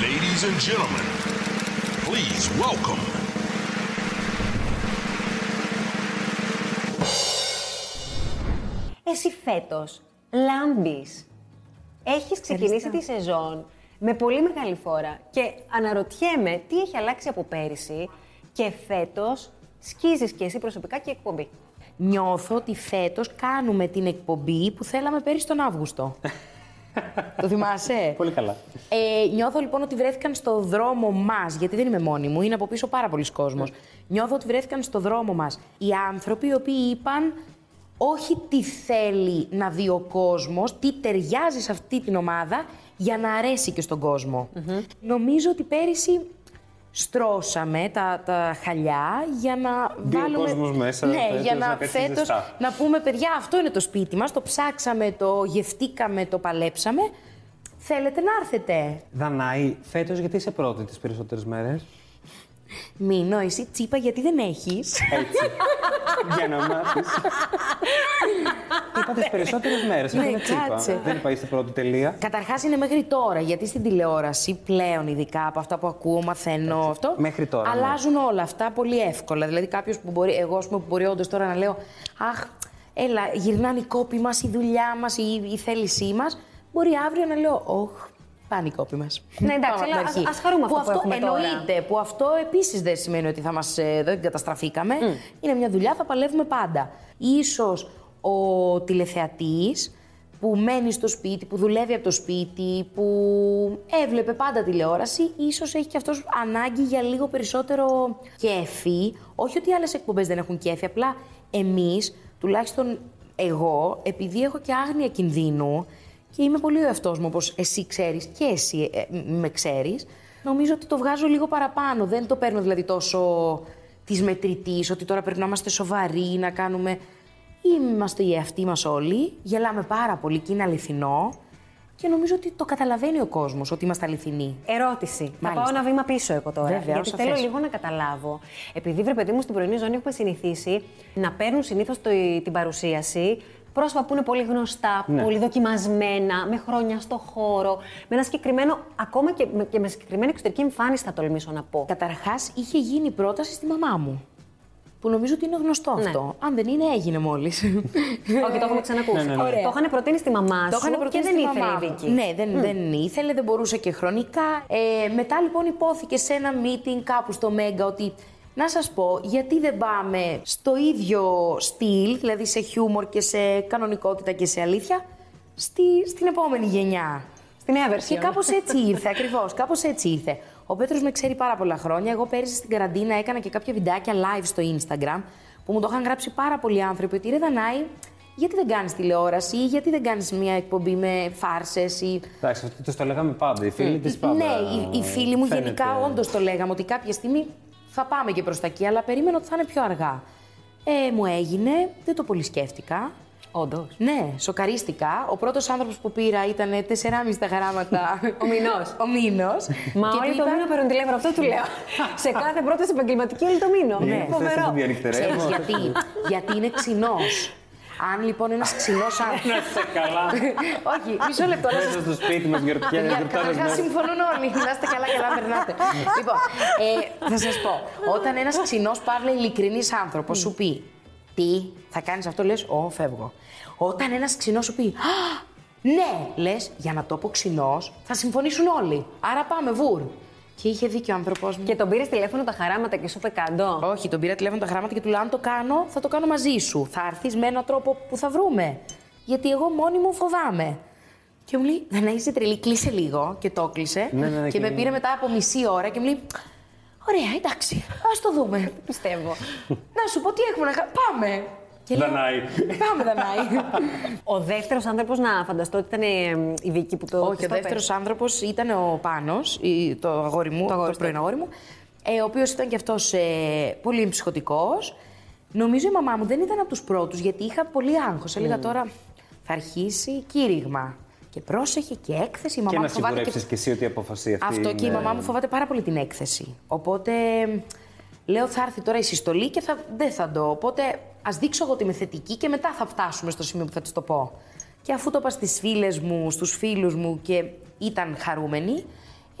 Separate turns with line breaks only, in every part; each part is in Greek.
Ladies and gentlemen, please welcome.
Εσύ φέτος λάμπεις. Έχεις ξεκινήσει τη σεζόν με πολύ μεγάλη φόρα και αναρωτιέμαι τι έχει αλλάξει από πέρυσι και φέτος σκίζεις και εσύ προσωπικά και η εκπομπή.
Νιώθω ότι φέτος κάνουμε την εκπομπή που θέλαμε πέρυσι τον Αύγουστο. Το θυμάσαι.
Πολύ καλά.
Ε, νιώθω λοιπόν ότι βρέθηκαν στο δρόμο μας, γιατί δεν είμαι μόνη μου, είναι από πίσω πάρα πολλοί κόσμος. Νιώθω ότι βρέθηκαν στο δρόμο μας οι άνθρωποι οι οποίοι είπαν όχι τι θέλει να δει ο κόσμος, τι ταιριάζει σε αυτή την ομάδα για να αρέσει και στον κόσμο. Νομίζω ότι πέρυσι στρώσαμε τα, τα χαλιά για να
Μπει ο
βάλουμε...
κόσμος μέσα,
ναι,
φέτος,
για
να
να
πέσει
φέτος
ζεστά.
να πούμε παιδιά αυτό είναι το σπίτι μας, το ψάξαμε, το γευτήκαμε, το παλέψαμε. Θέλετε να έρθετε.
Δανάη, φέτος γιατί είσαι πρώτη τις περισσότερες μέρες.
Μείνω, εσύ τσίπα γιατί δεν έχεις.
Έτσι. Για να μάθεις. Είπα τι περισσότερες μέρες.
Ναι, κάτσε.
Δεν είπα είστε πρώτη τελεία.
Καταρχάς είναι μέχρι τώρα, γιατί στην τηλεόραση πλέον ειδικά από αυτά που ακούω, μαθαίνω αυτό.
Μέχρι τώρα, ναι.
Αλλάζουν όλα αυτά πολύ εύκολα. Δηλαδή κάποιος που μπορεί, εγώ ας πούμε, που μπορεί όντως τώρα να λέω Αχ, έλα, γυρνάνε οι κόποι μας, η δουλειά μας, η, η θέλησή μας. Μπορεί αύριο να λέω Όχ, πάνε οι κόποι μας.
Ναι, εντάξει, αλλά ας- ας χαρούμε αυτό που έχουμε τώρα.
εννοείται, που αυτό επίσης δεν σημαίνει ότι θα μας, ε, δεν καταστραφήκαμε. Είναι μια δουλειά, θα παλεύουμε πάντα. Ίσως ο τηλεθεατής που μένει στο σπίτι, που δουλεύει από το σπίτι, που έβλεπε πάντα τηλεόραση, ίσως έχει και αυτός ανάγκη για λίγο περισσότερο κέφι. Όχι ότι οι άλλες εκπομπές δεν έχουν κέφι, απλά εμείς, τουλάχιστον εγώ, επειδή έχω και άγνοια κινδύνου και είμαι πολύ ο εαυτός μου, όπως εσύ ξέρεις και εσύ ε, ε, με ξέρεις, νομίζω ότι το βγάζω λίγο παραπάνω. Δεν το παίρνω δηλαδή τόσο της μετρητής, ότι τώρα πρέπει να είμαστε σοβαροί, να κάνουμε. Είμαστε οι εαυτοί μας όλοι. Γελάμε πάρα πολύ και είναι αληθινό. Και νομίζω ότι το καταλαβαίνει ο κόσμος ότι είμαστε αληθινοί.
Ερώτηση. Θα
Μάλιστα.
πάω ένα βήμα πίσω εγώ τώρα.
Βέβαια,
γιατί
όσο
θέλω
θες.
λίγο να καταλάβω. Επειδή βρε παιδί μου στην πρωινή ζώνη έχουμε συνηθίσει να παίρνουν συνήθως την παρουσίαση πρόσωπα που είναι πολύ γνωστά,
Ναι.
πολύ δοκιμασμένα, με χρόνια στο χώρο, με ένα συγκεκριμένο, ακόμα και με, και με συγκεκριμένη εξωτερική εμφάνιση θα τολμήσω να πω.
Καταρχάς, είχε γίνει πρόταση στη μαμά μου. Που νομίζω ότι είναι γνωστό
Ναι.
αυτό. Αν δεν είναι, έγινε μόλις.
Όχι, το έχουμε ξανακούσει.
Ναι, ναι, ναι.
Το είχαν προτείνει στη μαμά σου
Το είχαν
και
προτείνει
δεν
στη
ήθελε
μαμά
η
μου.
Βίκη.
Ναι, δεν, δεν ήθελε, δεν μπορούσε και χρονικά. Ε, μετά λοιπόν υπόθηκε σε ένα meeting κάπου στο Μέγκα ότι να σας πω, γιατί δεν πάμε στο ίδιο στυλ, δηλαδή σε χιούμορ και σε κανονικότητα και σε αλήθεια, στη, στην επόμενη γενιά.
Στη νέα version.
Και κάπως έτσι ήρθε, ακριβώς. Κάπως έτσι ήρθε. Ο Πέτρος με ξέρει πάρα πολλά χρόνια. Εγώ πέρυσι στην καραντίνα έκανα και κάποια βιντεάκια live στο Instagram που μου το είχαν γράψει πάρα πολλοί άνθρωποι ότι ρε Δανάη, γιατί δεν κάνεις τηλεόραση ή γιατί δεν κάνεις μια εκπομπή με φάρσες ή.
Εντάξει, αυτό τους το λέγαμε πάντα. Οι φίλοι τη πάντα.
Ναι, οι, οι φίλοι μου
φαίνεται.
γενικά όντως το λέγαμε ότι κάποια στιγμή θα πάμε και προς τα εκεί, αλλά περίμενα ότι θα είναι πιο αργά. Ε, μου έγινε, δεν το πολύ σκέφτηκα.
Όντως.
Ναι, σοκαρίστηκα. Ο πρώτος άνθρωπος που πήρα ήταν 4,5 τα γράμματα.
Ο μηνός.
Ο μήνος.
Μα όλοι το μήνα παίρνουν τηλέφωνο, αυτό του λέω. σε κάθε πρόταση επαγγελματική όλοι το μήνα.
Ναι, χθες
φοβερό.
δεν διανυκτερεύω.
Ξέρεις γιατί. γιατί είναι ξινός. Αν λοιπόν ένας ξινός άνθρωπο.
Να σε καλά.
Όχι, μισό λεπτό. να σας
Μέσα στο σπίτι μας γιορτιάζει.
Παιδιά, καταρχά συμφωνούν όλοι. Να είστε καλά, καλά περνάτε. λοιπόν, ε, θα σας πω. Όταν ένας ξινός παύλα ειλικρινής άνθρωπος σου πει Τι, θα κάνεις αυτό, λες, Ω, φεύγω. Όταν ένας ξινός σου πει «Α, Ναι, λες, για να το πω ξινός, θα συμφωνήσουν όλοι. Άρα πάμε, βουρ. Και είχε δίκιο ο άνθρωπός μου.
Και τον πήρες τηλέφωνο τα χαράματα και σου είπε καντό.
Όχι, τον πήρα τηλέφωνο τα γράμματα και του λέω: Αν το κάνω, θα το κάνω μαζί σου. Θα έρθεις με έναν τρόπο που θα βρούμε. Γιατί εγώ μόνη μου φοβάμαι. Και μου λέει: Δεν είσαι τρελή, κλείσε λίγο. Και το κλείσε.
Ναι, ναι, ναι,
και
και-
με πήρε μετά από μισή ώρα και μου λέει: Ωραία, εντάξει, ας το δούμε.
Πιστεύω.
να σου πω τι έχουμε να κάνουμε. Πάμε. Και λέω,
Δανάη.
Πάμε, Δανάη.
Ο δεύτερος άνθρωπος, να φανταστώ ότι ήταν ε, η Βίκη που το.
Όχι, ο δεύτερος άνθρωπος ήταν ο Πάνος, το αγόρι μου, το,
αγόρι
το
σου.
πρώην αγόρι μου, ε, ο οποίος ήταν και αυτός ε, πολύ ψυχοτικός. Νομίζω η μαμά μου δεν ήταν από τους πρώτους, γιατί είχα πολύ άγχος. Έλεγα τώρα θα αρχίσει κήρυγμα. Και πρόσεχε και έκθεση. Η μαμά
Και
μου
να
φοβάται
σιγουρέψει και εσύ ότι η απόφαση αυτή.
αυτό και η
είναι-
μαμά μου φοβάται πάρα πολύ την έκθεση. Οπότε λέω θα έρθει τώρα η συστολή και θα, δεν θα το. Οπότε ας δείξω εγώ ότι είμαι θετική και μετά θα φτάσουμε στο σημείο που θα της το πω. Και αφού το είπα στις φίλες μου, στους φίλους μου και ήταν χαρούμενοι,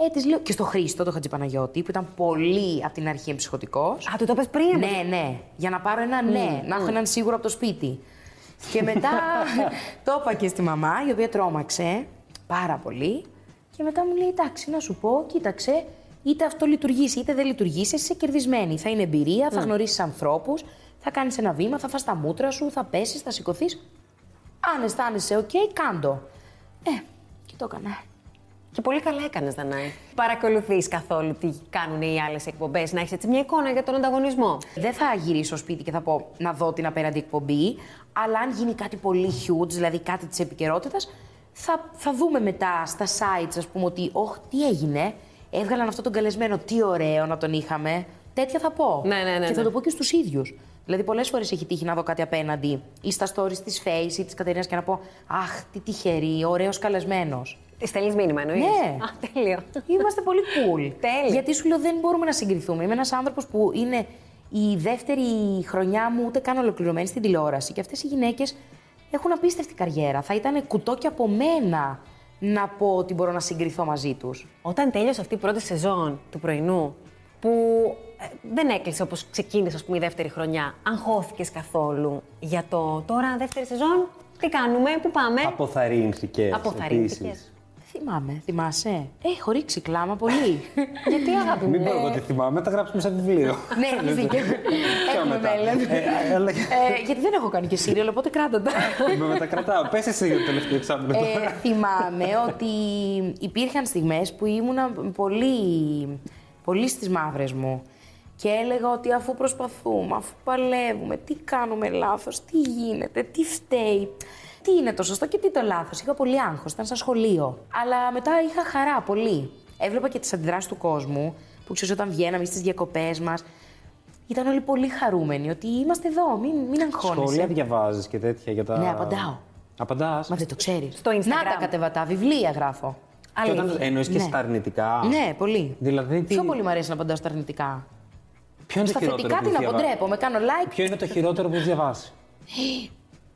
Ε, της λέω και στο Χρήστο, το Χατζηπαναγιώτη, που ήταν πολύ από την αρχή εμψυχωτικός.
Α, του το πες πριν.
Ναι, ναι. Για να πάρω ένα ναι, να έχω έναν σίγουρο από το σπίτι. Και μετά το είπα και στη μαμά, η οποία τρόμαξε πάρα πολύ. Και μετά μου λέει: Εντάξει, να σου πω, κοίταξε, είτε αυτό λειτουργήσει είτε δεν λειτουργήσει, εσύ είσαι κερδισμένη. Θα είναι εμπειρία, θα γνωρίσει ανθρώπους, θα κάνεις ένα βήμα, θα φας τα μούτρα σου, θα πέσεις, θα σηκωθείς. Αν αισθάνεσαι, οκ, κάντο. Ε, και το έκανα.
Και πολύ καλά έκανες, Δανάη. Παρακολουθείς καθόλου τι κάνουν οι άλλες εκπομπές, να έχεις έτσι μια εικόνα για τον ανταγωνισμό.
Δεν θα γυρίσω σπίτι και θα πω να δω την απέναντι εκπομπή, αλλά αν γίνει κάτι πολύ huge, δηλαδή κάτι της επικαιρότητας, θα, θα δούμε μετά στα sites, ας πούμε, ότι «Ωχ, τι έγινε, έβγαλαν αυτόν τον καλεσμένο, τι ωραίο να τον είχαμε. Τέτοια θα πω.
Ναι, ναι, ναι,
και θα
ναι.
το πω και στους ίδιους. Δηλαδή, πολλές φορές έχει τύχει να δω κάτι απέναντι ή στα stories της Face ή της Κατερίνας και να πω Αχ, τι τυχερή, ωραίος καλεσμένος.
Στέλνεις μήνυμα, εννοείς.
Ναι.
Α, τέλειο.
Είμαστε πολύ cool.
Τέλεια.
Γιατί σου λέω δεν μπορούμε να συγκριθούμε. Είμαι ένας άνθρωπος που είναι η δεύτερη χρονιά μου, ούτε καν ολοκληρωμένη στην τηλεόραση. Και αυτές οι γυναίκες έχουν απίστευτη καριέρα. Θα ήταν κουτό και από μένα να πω ότι μπορώ να συγκριθώ μαζί τους.
Όταν τέλειωσε αυτή η πρώτη σεζόν του πρωινού, που ε, δεν έκλεισε όπως ξεκίνησε, ας πούμε, η δεύτερη χρονιά, αγχώθηκε καθόλου για το τώρα δεύτερη σεζόν, τι κάνουμε, πού
Ε.
πάμε.
Αποθαρρύνθηκες.
Αποθαρρύνθηκες.
επίσης.
Θυμάμαι, θυμάσαι. Ε, Έχω ρίξει κλάμα πολύ.
Γιατί αγάπη μου. ε?
Μην πω εγώ τι θυμάμαι, τα γράψουμε σε βιβλίο.
ναι, έχεις δίκιο.
Πιο
Έχουμε
μετά.
μέλλον.
Ε, αλλά-
Ε, γιατί δεν έχω κάνει και σύριαλ, οπότε κράτα τα.
Με μετακρατάω. Πες εσύ για το τελευταίο εξάμεινο
Ε,
τώρα.
θυμάμαι ότι υπήρχαν στιγμές που ήμουνα πολύ, πολύ στις μαύρες μου και έλεγα ότι αφού προσπαθούμε, αφού παλεύουμε, τι κάνουμε λάθος, τι γίνεται, τι φταίει, τι είναι το σωστό και τι το λάθος. Είχα πολύ άγχος, ήταν σαν σχολείο. Αλλά μετά είχα χαρά πολύ. Έβλεπα και τις αντιδράσεις του κόσμου που ξέρεις όταν βγαίναμε στις διακοπές μας. Ήταν όλοι πολύ χαρούμενοι ότι είμαστε εδώ, μην, μην αγχώνεσαι.
Σχόλια διαβάζεις και τέτοια για τα...
Ναι, απαντάω.
Απαντάς.
Μα δεν το ξέρεις.
Στο Instagram.
Να τα κατεβατά, βιβλία γράφω.
Και όταν
Αλήθεια.
εννοείς και
Ναι.
στα αρνητικά.
Ναι, πολύ.
Δηλαδή, τι-
Πιο πολύ μου αρέσει να απαντάω στα αρνητικά.
Ποιο είναι το
Στα
χειρότερο
θετικά
που
την
έχεις διαβάσει.
αποτρέπω. Με κάνω like.
Ποιο είναι το χειρότερο που έχεις διαβάσει.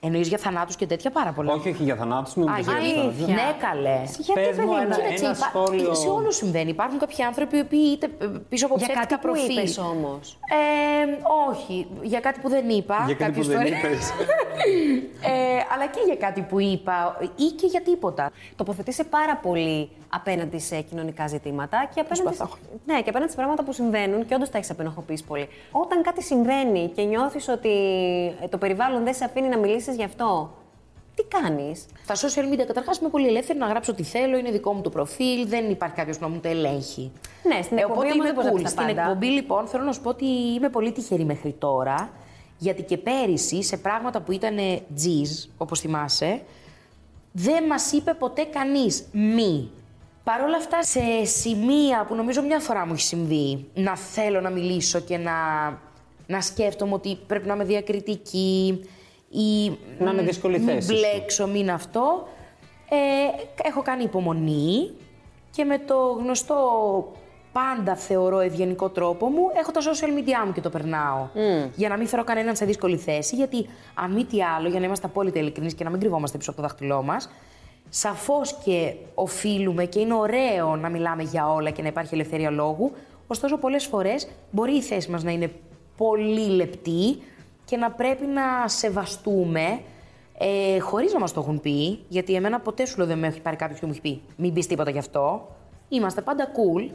Εννοεί για θανάτους και τέτοια πάρα πολλά.
Όχι, όχι για θανάτους, μην
Ναι. Α,
μου πεις για
γιατί-
θανάτους.
αλήθεια.
Ναι, καλέ.
Γιατί,
Πες μου
παιδί μου,
ένα-
Κοίταξε, υπά- Ε,
σχόλιο.
Σε όλους συμβαίνει. Υπάρχουν κάποιοι άνθρωποι οι οποίοι είτε ε, πίσω από
Για κάτι
ψεύτικα
που
προφίλ.
είπες όμως.
Ε, όχι, για κάτι που δεν είπα.
Για κάτι που
κάποιες
δεν
φορές.
είπες.
ε, αλλά και για κάτι που είπα ή και για τίποτα.
Τοποθετήσε πάρα πολύ απέναντι σε κοινωνικά ζητήματα και απέναντι,
Προσπαθώ.
ναι, και απέναντι σε πράγματα που συμβαίνουν και όντως τα έχεις απενοχοποιήσει πολύ. Όταν κάτι συμβαίνει και νιώθεις ότι ε, το περιβάλλον δεν σε αφήνει να μιλήσεις γι' αυτό, τι κάνεις.
Στα social media καταρχάς είμαι πολύ ελεύθερη να γράψω τι θέλω, είναι δικό μου το προφίλ, δεν υπάρχει κάποιος να μου το ελέγχει. Ε,
Ναι, στην εκπομπή
οπότε
όμως
είμαι
δεν μπορείς να
cool.
πεις τα
Στην
πάντα.
εκπομπή λοιπόν θέλω να σου πω ότι είμαι πολύ τυχερή μέχρι τώρα, γιατί και πέρυσι σε πράγματα που ήταν ε, τζιζ, όπως θυμάσαι, δεν μας είπε ποτέ κανείς μη. Παρ' όλα αυτά, σε σημεία που νομίζω μια φορά μου έχει συμβεί να θέλω να μιλήσω και να, να σκέφτομαι ότι πρέπει να είμαι διακριτική ή
Να είναι δύσκολη
μην
θέση σου.
μπλέξω, μην αυτό. Ε, έχω κάνει υπομονή και με το γνωστό πάντα θεωρώ ευγενικό τρόπο μου, έχω τα social media μου και το περνάω. Για να μην φέρω κανέναν σε δύσκολη θέση, γιατί αν μη τι άλλο, για να είμαστε απόλυτα ειλικρινείς και να μην κρυβόμαστε πίσω από το δάχτυλό μας, σαφώς και οφείλουμε και είναι ωραίο να μιλάμε για όλα και να υπάρχει ελευθερία λόγου. Ωστόσο, πολλές φορές μπορεί η θέση μας να είναι πολύ λεπτή και να πρέπει να σεβαστούμε ε, Χωρίς να μας το έχουν πει, γιατί εμένα ποτέ σου λέω δεν με έχει πάρει κάποιος και μου έχει πει Μην πεις τίποτα γι' αυτό. Είμαστε πάντα cool.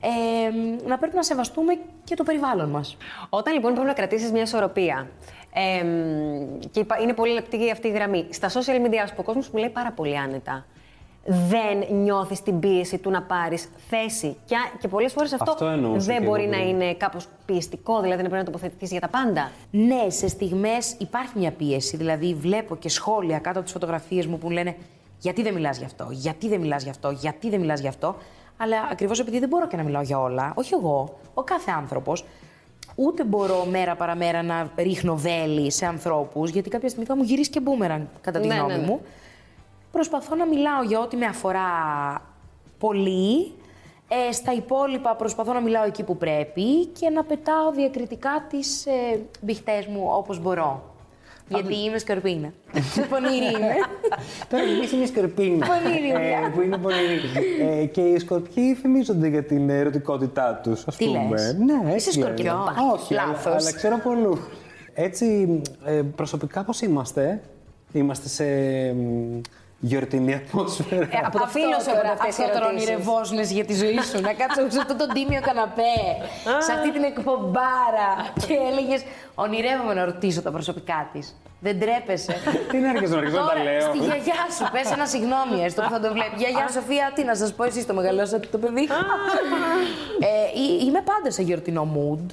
Ε, να πρέπει να σεβαστούμε και το περιβάλλον μας.
Όταν λοιπόν πρέπει να κρατήσεις μια ισορροπία. εμ, και υπα- είναι πολύ λεπτή αυτή η γραμμή. Στα social media, ας πούμε, ο κόσμος μου λέει πάρα πολύ άνετα. Δεν νιώθεις την πίεση του να πάρεις θέση. Και, α- και πολλές φορές αυτό,
Αυτό εννοούσα
δεν
και
μπορεί
εγώ ναι.
να
πριν.
είναι κάπως πιεστικό, δηλαδή να πρέπει να τοποθετηθείς για τα πάντα.
Ναι, σε στιγμές υπάρχει μια πίεση. Δηλαδή, βλέπω και σχόλια κάτω από τις φωτογραφίες μου που λένε Γιατί δεν μιλάς γι' αυτό, Γιατί δεν μιλάς γι' αυτό, Γιατί δεν μιλάς γι' αυτό. Αλλά ακριβώς επειδή δεν μπορώ και να μιλάω για όλα, όχι εγώ, ο κάθε άνθρωπος, ούτε μπορώ μέρα παραμέρα να ρίχνω βέλη σε ανθρώπους, γιατί κάποια στιγμή θα μου γυρίσει και μπούμεραν, κατά τη
Ναι,
γνώμη
ναι, ναι.
μου. Προσπαθώ να μιλάω για ό,τι με αφορά πολύ. Ε, στα υπόλοιπα προσπαθώ να μιλάω εκεί που πρέπει και να πετάω διακριτικά τις ε, μπηχτές μου όπως μπορώ. Γιατί είμαι σκορπίνα. Πονηρή είμαι.
Τώρα είσαι μια σκορπίνα.
Πονηρή,
ε, που είναι πονηρή. ε, και οι σκορπιοί φημίζονται για την ερωτικότητά τους, ας
Τι
πούμε.
λες?
Ναι,
Είσαι
έτσι λένε.
σκορπιό.
Όχι, αλλά,
Λάθος.
αλλά ξέρω πολλού. Έτσι, ε, προσωπικά πώς είμαστε. Είμαστε σε ε, γιορτινή ατμόσφαιρα.
Ε, από το
Αυτό
φίλο σου
τώρα,
έρχονται αυτές οι
Αυτό τώρα
ερωτήσεις.
ονειρευόσουνες για τη ζωή σου. να κάτσω σε αυτόν τον τίμιο καναπέ, σε αυτή την εκπομπάρα. και έλεγες: Ονειρεύομαι να ρωτήσω τα προσωπικά της. Δεν τρέπεσαι.
Τι να έρχεσαι να αρχίσω να τα
Τώρα,
λέω.
στη γιαγιά σου, πες ένα συγγνώμη, έστω που θα το βλέπεις. Γιαγιά Σοφία, τι να σας πω, εσεί το μεγαλώσατε το παιδί. ε, εί- είμαι πάντα σε γιορτινό mood.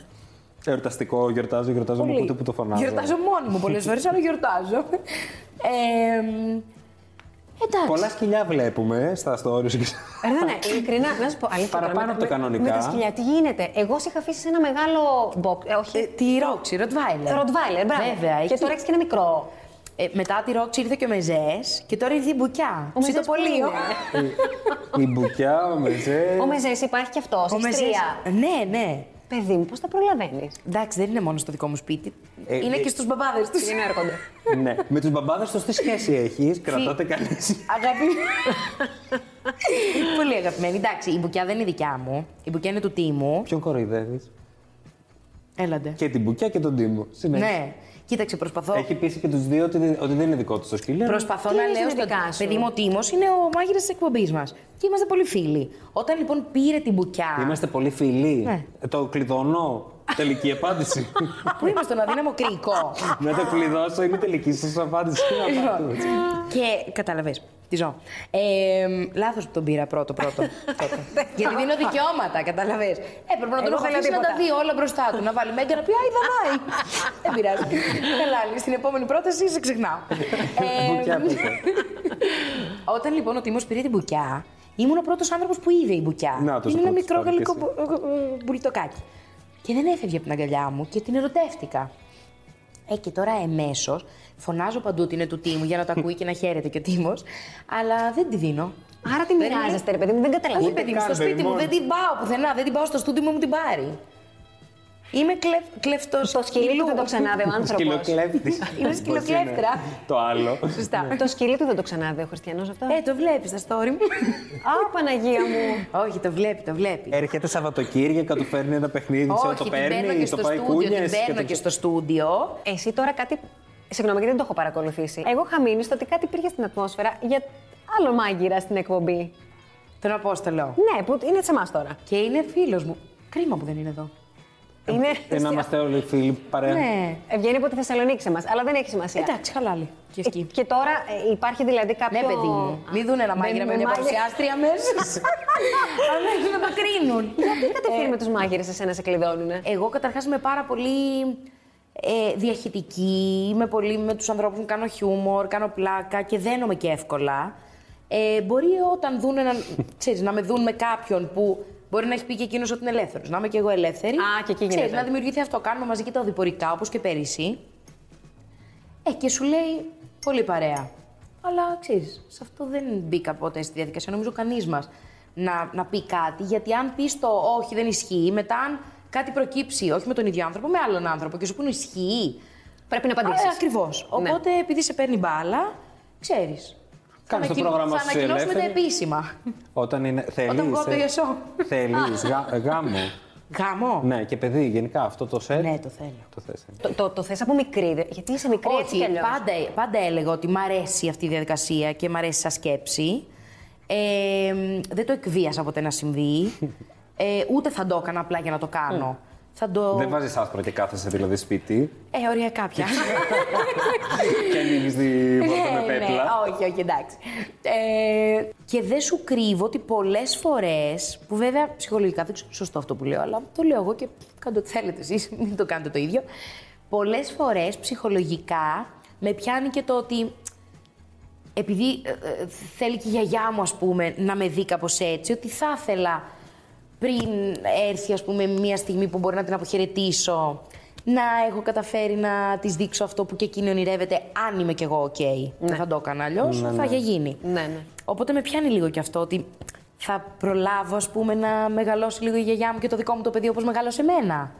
Εορταστικό, γιορτάζω, γιορτάζω
Πολύ.
με ούτε που το φωνάζω.
Γιορτάζω μόνη μου πολλές φορές, αλλά γιορτάζω. Ε, μ, εντάξει.
Πολλά σκυλιά βλέπουμε στα stories και στα-
Ρε, ναι, ειλικρινά, να σου πω. Αλήθεια,
Παραπάνω
τώρα, με-
από το
με-
κανονικά.
Με τα σκυλιά, τι γίνεται. Εγώ σε είχα αφήσει σε ένα μεγάλο box. ε, όχι.
Τη Ρόξη, Ροτβάιλερ.
Ροτβάιλερ, μπράβο.
Βέβαια.
Και
εκεί-
τώρα έχεις και ένα μικρό.
Ε, μετά τη Ρόξη ήρθε και ο Μεζές και τώρα ήρθε η Μπουκιά.
Ο Μεζές που
Ψητοπολείο.
είναι.
Ε,
Η μπουκιά, ο μεζές.
Ο Μεζές υπάρχει και αυτός.
Ο Μεζές-
Τρία.
Ναι, ναι.
Παιδί μου, πώς τα προλαβαίνεις.
Εντάξει, δεν είναι μόνο στο δικό μου σπίτι.
Ε,
είναι
ε,
και στους μπαμπάδες τους.
Δεν έρχονται.
ναι. Με τους μπαμπάδες τους τι σχέση έχεις, κρατάτε καλή σχέση.
Αγαπη... Πολύ αγαπημένη. Εντάξει, η μπουκιά δεν είναι δικιά μου. Η μπουκιά είναι του Τίμου.
Ποιον κοροϊδεύεις.
Έλαντε.
Και την μπουκιά και τον τίμο. Συνέχεια.
Ναι. Κοίταξε, προσπαθώ.
Έχει πείσει και τους δύο ότι, δεν- ότι δεν είναι δικό του το σκύλο.
Προσπαθώ
Τι
να
λες,
λέω
είναι
στον
δικά σου.
παιδί μου, ο Τίμος είναι ο μάγειρας της εκπομπής μας. Και είμαστε πολύ φίλοι. Όταν λοιπόν πήρε την μπουκιά.
Είμαστε πολύ φίλοι.
Ναι.
Ε, Το κλειδωνώ. Τελική απάντηση.
Πού είμαστε, στον αδύναμο κρίκο.
να το κλειδώσω είναι η τελική σας απάντηση. Τι
Λοιπόν,
να πάρω.
και κατάλαβες. Τι ζω. Ε, Λάθος που τον πήρα πρώτο πρώτο. τότε. Γιατί δίνω δικαιώματα, κατάλαβες. Έπρεπε να τον
Εγώ
έχω
θέλω
αφήσει να τα
τίποτα.
δει όλα μπροστά του. Να βάλει μέγκα να πει Άι, δανάι. Δεν πειράζει. Καλά, λέει, στην επόμενη πρόταση σε ξεχνάω. Ε,
Μπουκιά, μπουκιά.
Όταν λοιπόν ο Τίμος πήρε την μπουκιά, ήμουν ο πρώτος άνθρωπος που είδε η μπουκιά.
Να, το
Είναι
ζητώ
ένα
της
μικρό
τώρα και
γαλλικό μπου- ε, μπουλιτοκάκι. Και δεν έφευγε από την αγκαλιά μου και την ερωτεύτηκα. Ε, και τώρα εμέσως φωνάζω παντού ότι είναι του Τίμου για να το ακούει και να χαίρεται και ο Τίμος, αλλά δεν τη δίνω.
Άρα τι μοιράζεστε, ρε παιδί μου, δεν
Όχι,
καταλαβαίνω.
παιδί μου, στο
καν,
σπίτι
παιδί,
μου
μόνο.
δεν την πάω πουθενά, δεν την πάω στο στούντι μου, μου την πάρει. Είμαι κλεφ, κλεφτός.
Το σκυλί του δεν το ξανάδε ο άνθρωπος.
Σκυλοκλέφτης.
Είμαι σκυλοκλέφτρα.
Το άλλο.
Σωστά.
Το σκυλί του δεν το ξανάδε ο Χριστιανός αυτό.
Ναι. Ε, το βλέπεις στα story μου.
Α, Παναγία μου.
Όχι, το βλέπει, το βλέπει.
Έρχεται Σαββατοκύριακο, του φέρνει ένα παιχνίδι, Ε, ξέρω, το
την παίρνω
παίρνει,
και
το
στο
πάει
στούντιο,
κούνιες.
την παίρνω και στο στούντιο.
Εσύ τώρα κάτι. Συγγνώμη, γιατί δεν το έχω παρακολουθήσει. Εγώ είχα μείνει στο ότι κάτι υπήρχε στην ατμόσφαιρα για άλλο μάγειρα στην εκπομπή.
Τον Απόστολο.
Ναι, που είναι σε εμάς τώρα.
Και είναι φίλος μου. Κρίμα που δεν είναι εδώ.
Είναι.
Ε, να είμαστε όλοι φίλοι παρέα.
Ναι.
Ε, Βγαίνει από τη Θεσσαλονίκη σε μας, αλλά δεν έχει σημασία.
Εντάξει, χαλάλι. Και
Ε,
εκεί.
Και τώρα ε, υπάρχει δηλαδή κάποιο.
Ναι, παιδί μου. Μην δουν ένα μάγειρα με μια παρουσιάστρια μέσα. Αμέσω να το κρίνουν.
Τι κατευθύνει
Ε.
με τους μάγειρες εσένα σε κλειδώνουνε.
Εγώ καταρχάς είμαι πάρα πολύ ε, διαχειτική. Είμαι πολύ με τους ανθρώπους μου. Κάνω χιούμορ, κάνω πλάκα και δένομαι και εύκολα. Ε, μπορεί όταν δουν έναν. ξέρεις, να με δουν με κάποιον που μπορεί να έχει πει και εκείνος ότι είναι ελεύθερος. Να είμαι και εγώ ελεύθερη.
Α, και εκεί
Ξέρεις,
γίνεται.
να δημιουργηθεί αυτό. Κάνουμε μαζί και τα οδηπορικά όπως και πέρυσι. Ε, και σου λέει πολύ παρέα. Αλλά ξέρεις, σε αυτό δεν μπήκα ποτέ στη διαδικασία, νομίζω κανείς μας να, να πει κάτι. Γιατί αν πεις το όχι, δεν ισχύει, μετά αν κάτι προκύψει, όχι με τον ίδιο άνθρωπο, με άλλον άνθρωπο και σου πούνε ισχύει.
Πρέπει να Ναι. απαντήσει.
Ακριβώ. Οπότε επειδή σε παίρνει μπάλα, ξέρεις.
Κάνεις το πρόγραμμα
Θα
Ναι. σου
ανακοινώσουμε τα
ελεύθερη.
επίσημα.
Όταν είναι. Θέλει.
Όταν βγω από το ιεσό.
Θέλει. Γάμο.
Γαμό.
Ναι, και παιδί, γενικά αυτό το σετ.
Ναι, το θέλω.
Το θες. ε.
Το, το, το θες από μικρή, δε- γιατί είσαι μικρή έτσι
Όχι,
κι αλλιώς.
πάντα, πάντα έλεγα ότι μ' αρέσει αυτή η διαδικασία και μ' αρέσει σαν σκέψη. Ε, δεν το εκβίασα ποτέ να συμβεί. Ε, ούτε θα το έκανα απλά για να το κάνω. Θα το.
Δεν βάζεις άσπρο και κάθεσαι δηλαδή σπίτι
Ε, ωριακά πια.
και ανοίγεις τη πόρτα με
Ναι, ναι,
πέτλα.
όχι, όχι, εντάξει. Ε, και δεν σου κρύβω ότι πολλές φορές. που βέβαια ψυχολογικά δεν ξέρω σωστό αυτό που λέω, αλλά το λέω εγώ και κάντε ό,τι θέλετε εσείς, μην το κάνετε το ίδιο. Πολλές φορές ψυχολογικά με πιάνει και το ότι. Επειδή ε, ε, θέλει και η γιαγιά μου, ας πούμε, να με δει κάπως έτσι, ότι θα ήθελα πριν έρθει, ας πούμε, μια στιγμή που μπορεί να την αποχαιρετήσω, να έχω καταφέρει να της δείξω αυτό που και εκείνη ονειρεύεται, αν είμαι κι εγώ οκ. Δεν θα το έκανα αλλιώς, θα είχε γίνει.
Ναι, ναι.
Οπότε με πιάνει λίγο κι αυτό ότι θα προλάβω, ας πούμε, να μεγαλώσει λίγο η γιαγιά μου και το δικό μου το παιδί όπως μεγάλωσε εμένα.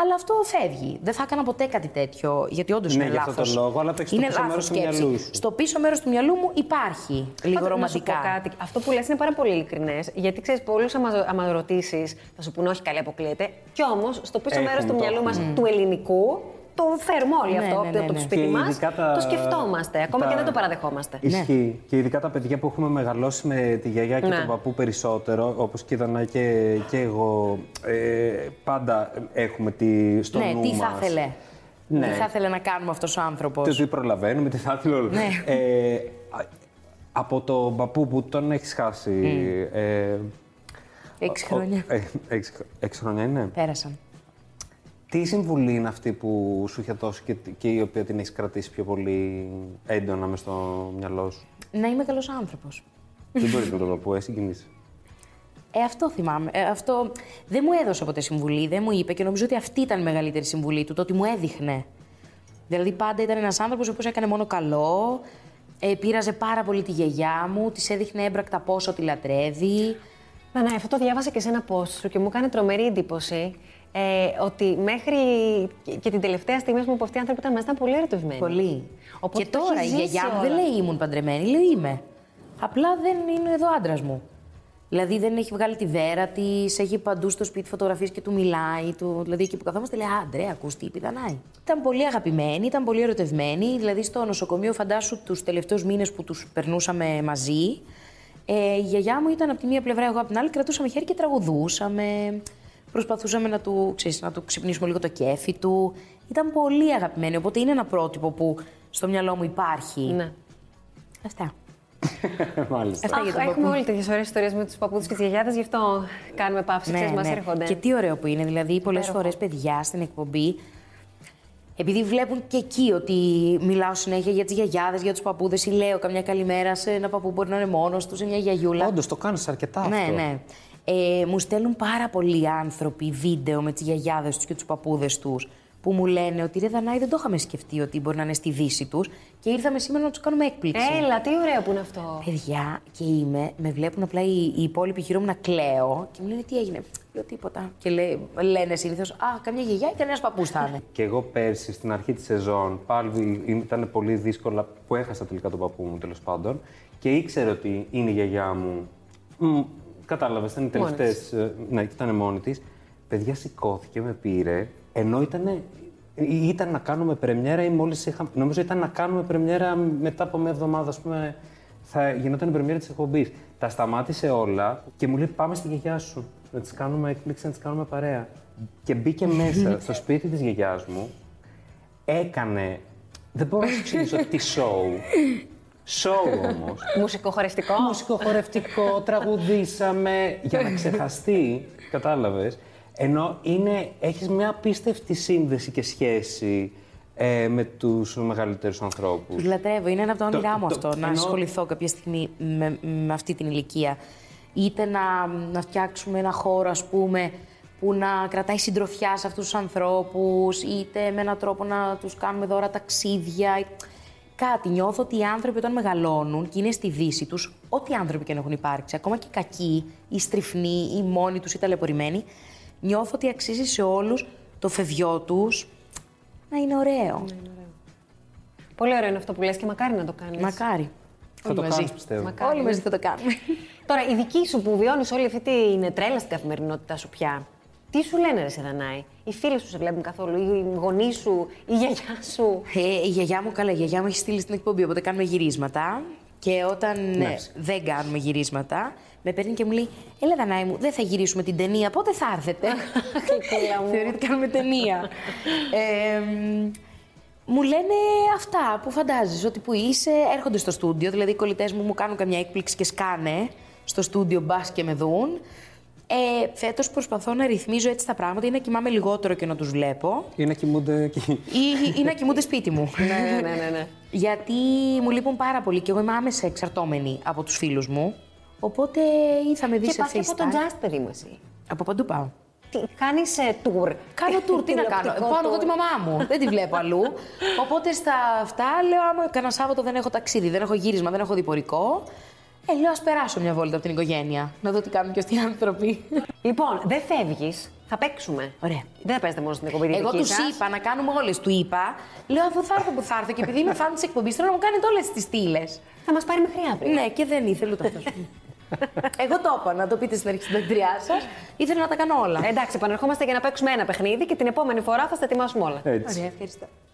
Αλλά αυτό φεύγει. Δεν θα έκανα ποτέ κάτι τέτοιο, γιατί όντως
Ναι,
είναι
γι' αυτό
λάθο.
το λόγο, αλλά το έχεις στο πίσω μέρος του μυαλού σου.
Στο πίσω μέρος του μυαλού μου υπάρχει λίγο
Πάντως, να σου πω
ρομαντικά.
κάτι. Αυτό που λες είναι πάρα πολύ ειλικρινές. Γιατί ξέρεις, πολλούς άμα ρωτήσεις, θα σου πούνε όχι, καλή αποκλείεται. Κι όμως, στο πίσω
Έχουμε
μέρος του
το.
μυαλού μας του ελληνικού, το φέρουμε όλοι
Ναι,
αυτό
ναι,
από το-
ναι,
από το
ναι.
σπίτι
Και
μας.
ειδικά τα-
Το σκεφτόμαστε. Ακόμα
τα-
και δεν το παραδεχόμαστε.
Ισχύει.
Ναι.
Και ειδικά τα παιδιά που έχουμε μεγαλώσει με τη γιαγιά και
Ναι.
τον παππού περισσότερο, όπως και η Δανάη και, και εγώ, ε, πάντα έχουμε τη, στο
Ναι,
νου
τι θα
μας.
ήθελε.
Ναι.
Τι θα ήθελε να κάνουμε αυτός ο άνθρωπος.
Το τι προλαβαίνουμε, τι θα ήθελε όλο.
Ναι.
Ε, α- από τον παππού που τον έχεις χάσει. Ε,
Mm. Έξι
ο-
χρόνια.
ε, έξι χρο- Έξι χρόνια είναι.
Πέρασαν.
Τι συμβουλή είναι αυτή που σου είχε δώσει και, και η οποία την έχεις κρατήσει πιο πολύ έντονα μες στο μυαλό σου.
Να είμαι καλός άνθρωπος.
Δεν μπορείς να το παππού, εσύ κινείσαι.
Ε, αυτό θυμάμαι. Ε, αυτό δεν μου έδωσε ποτέ συμβουλή, δεν μου είπε και νομίζω ότι αυτή ήταν η μεγαλύτερη συμβουλή του, το ότι μου έδειχνε. Δηλαδή πάντα ήταν ένας άνθρωπος ο οποίος έκανε μόνο καλό, ε, πείραζε πάρα πολύ τη γιαγιά μου, της έδειχνε έμπρακτα πόσο τη λατρεύει.
Μα ναι, αυτό το διάβασα και σε ένα post σου και μου κάνει τρομερή εντύπωση ε, ότι μέχρι και- και την τελευταία στιγμή ας πούμε, που αυτοί οι άνθρωποι ήταν μαζί ήταν πολύ ερωτευμένοι.
Πολύ.
Οπότε
Ε, ναι. και
το
τώρα η
έχει ζήσει
γιαγιά μου δεν
όλα.
λέει ήμουν παντρεμένη, λέει είμαι. Απλά δεν είναι εδώ άντρας μου. Δηλαδή δεν έχει βγάλει τη βέρα της, έχει παντού στο σπίτι φωτογραφίες και του μιλάει. Του... Δηλαδή εκεί που καθόμαστε λέει Α, Αντρέα, ακούς τι είπε, η Δανάη». Ήταν πολύ αγαπημένη, ήταν πολύ ερωτευμένη. Δηλαδή στο νοσοκομείο, φαντάσου τους τελευταίους μήνες που τους περνούσαμε μαζί. Ε, η γιαγιά μου ήταν από τη μία πλευρά, εγώ από την άλλη. Κρατούσαμε χέρι και τραγουδούσαμε. Προσπαθούσαμε να του, ξέρεις, να του ξυπνήσουμε λίγο το κέφι του. Ήταν πολύ αγαπημένη, οπότε είναι ένα πρότυπο που στο μυαλό μου υπάρχει.
Ναι.
Αυτά.
Μάλιστα.
Αυτά για
Αχ,
τον
έχουμε
παππού.
όλοι τέτοιες ωραίες ιστορίες με τους παππούδες και τις γιαγιάδες, γι' αυτό κάνουμε παύσης. Ναι, μα έρχονται.
Και τι ωραίο που είναι. Δηλαδή, πολλέ
Υπέροχο.
φορές παιδιά στην εκπομπή, επειδή βλέπουν και εκεί ότι μιλάω συνέχεια για τις γιαγιάδες, για τους παππούδες, ή λέω καμιά καλημέρα σε ένα παππού που μπορεί να είναι μόνος του, σε μια γιαγιούλα.
Όντως το κάνεις αρκετά
ναι,
αυτό.
ναι. Ε, μου στέλνουν πάρα πολλοί άνθρωποι βίντεο με τις γιαγιάδες τους και τους παππούδες τους που μου λένε ότι ρε Δανάη δεν το είχαμε σκεφτεί ότι μπορεί να είναι στη δύση τους και ήρθαμε σήμερα να τους κάνουμε έκπληξη.
Έλα, τι ωραίο που είναι αυτό.
Ε, Παιδιά, και είμαι, με βλέπουν απλά οι, οι υπόλοιποι γύρω μου να κλαίω και μου λένε τι έγινε. Λέω τίποτα. Και λέ, λένε συνήθως, Α, καμιά γιαγιά ή κανένα παππούς θα είναι.
Και εγώ πέρσι στην αρχή της σεζόν, πάλι ήταν πολύ δύσκολα που έχασα τελικά τον παππού μου τέλος πάντων. Και ήξερε ότι είναι η γιαγιά μου. Κατάλαβες, ήταν οι
Μόνη
τελευταίες. Ναι, ήταν μόνη της. Παιδιά σηκώθηκε, με πήρε, ενώ ήταν. Ήταν να κάνουμε πρεμιέρα ή μόλις είχαμε. Νομίζω ήταν να κάνουμε πρεμιέρα μετά από μια εβδομάδα, ας πούμε. Θα γινόταν η πρεμιέρα της εκπομπής. Τα σταμάτησε όλα και μου λέει: Πάμε στη γιαγιά σου. Να τη κάνουμε έκπληξη, να τη κάνουμε παρέα. Και μπήκε μέσα στο σπίτι της γιαγιάς μου έκανε. Δεν μπορώ να σου εξηγήσω τι show. Show όμω.
Μουσικό χορευτικό.
Μουσικό χορευτικό, τραγουδήσαμε για να ξεχαστεί. Κατάλαβες. Ενώ είναι, έχεις μια απίστευτη σύνδεση και σχέση ε, με τους μεγαλύτερους ανθρώπους.
Του λατρεύω. Είναι ένα από τα
Το-
όνειρά μου
το-
αυτό. να
ενώ-
ασχοληθώ κάποια στιγμή με, με αυτή την ηλικία. Είτε να, να φτιάξουμε ένα χώρο, ας πούμε, που να κρατάει συντροφιά σε αυτούς τους ανθρώπους, είτε με έναν τρόπο να τους κάνουμε δώρα ταξίδια. Κάτι. Νιώθω ότι οι άνθρωποι όταν μεγαλώνουν και είναι στη δύση τους, ό,τι άνθρωποι και να έχουν υπάρξει, ακόμα και οι κακοί, οι στριφνοί, οι μόνοι τους ή ταλαιπωρημένοι, νιώθω ότι αξίζει σε όλους το φευγό τους να είναι ωραίο.
Πολύ ωραίο είναι αυτό που λες και μακάρι να το κάνεις.
Μακάρι.
Θα το κάνεις πιστεύω.
Μακάρι.
Όλοι μαζί θα το κάνουμε.
Τώρα, η δική σου που βιώνεις όλη αυτή την τρέλα στην καθημερινότητά σου πια, τι σου λένε, Ρε Σεδανάη, οι φίλοι σου σε βλέπουν καθόλου, οι γονείς σου, η γιαγιά σου.
Ε, η γιαγιά μου, καλά, η γιαγιά μου έχει στείλει στην εκπομπή, οπότε κάνουμε γυρίσματα. Και όταν ε,
Εντάξει.
δεν κάνουμε γυρίσματα, με παίρνει και μου λέει: Έλα, Δανάη μου, δεν θα γυρίσουμε την ταινία, πότε θα έρθετε.
Γλυκούλα μου.
Θεωρεί ότι κάνουμε ταινία. ε, μ, μου λένε αυτά που φαντάζεσαι, ότι που είσαι, έρχονται στο στούντιο. Δηλαδή, οι κολλητές μου μου κάνουν καμιά έκπληξη και σκάνε στο στούντιο, μπας και με δουν. Ε, Φέτος προσπαθώ να ρυθμίζω έτσι τα πράγματα ή να κοιμάμαι λιγότερο και να τους βλέπω
Ή να κοιμούνται εκεί.
ή, ή να κοιμούνται σπίτι μου.
ναι, ναι, ναι, ναι.
Γιατί μου λείπουν πάρα πολύ και εγώ είμαι άμεσα εξαρτώμενη από τους φίλους μου. Οπότε ή θα με δει
Και
σε
πας από τον
FaceTime.
Τζάστερ είμαστε.
Από παντού πάω.
Τι, κάνεις ε, tour.
Κάνω τουρ, τι να κάνω. ε,
Τηλεοπτικό
Πάω να δω
tour.
τη μαμά μου. δεν τη βλέπω αλλού. Οπότε στα αυτά λέω: Άμα κανένα Σάββατο δεν έχω ταξίδι, δεν έχω γύρισμα, δεν έχω διπορικό. Ε, λέω, ας περάσω μια βόλτα από την οικογένεια. Να δω τι κάνουν και αυτοί οι άνθρωποι.
Λοιπόν, δεν φεύγεις. Θα παίξουμε.
Ωραία.
Δεν παίζετε μόνο στην εκπομπή. τη
Εγώ
δική
τους
σας.
είπα να κάνουμε όλες. Του είπα, λέω αφού θα έρθω που θα έρθω. Και επειδή είμαι φαν της εκπομπής, θέλω να μου κάνετε όλες τις στήλες.
Θα μας πάρει μέχρι αύριο.
Ναι, και δεν ήθελε ούτε αυτός. Εγώ το είπα, να το πείτε στην αρχή στην πεντριά σας. Ήθελα να τα κάνω όλα.
Ναι. Εντάξει, επανερχόμαστε για να παίξουμε ένα παιχνίδι και την επόμενη φορά θα στα ετοιμάσουμε όλα.
Έτσι.
Ωραία, ευχαριστώ.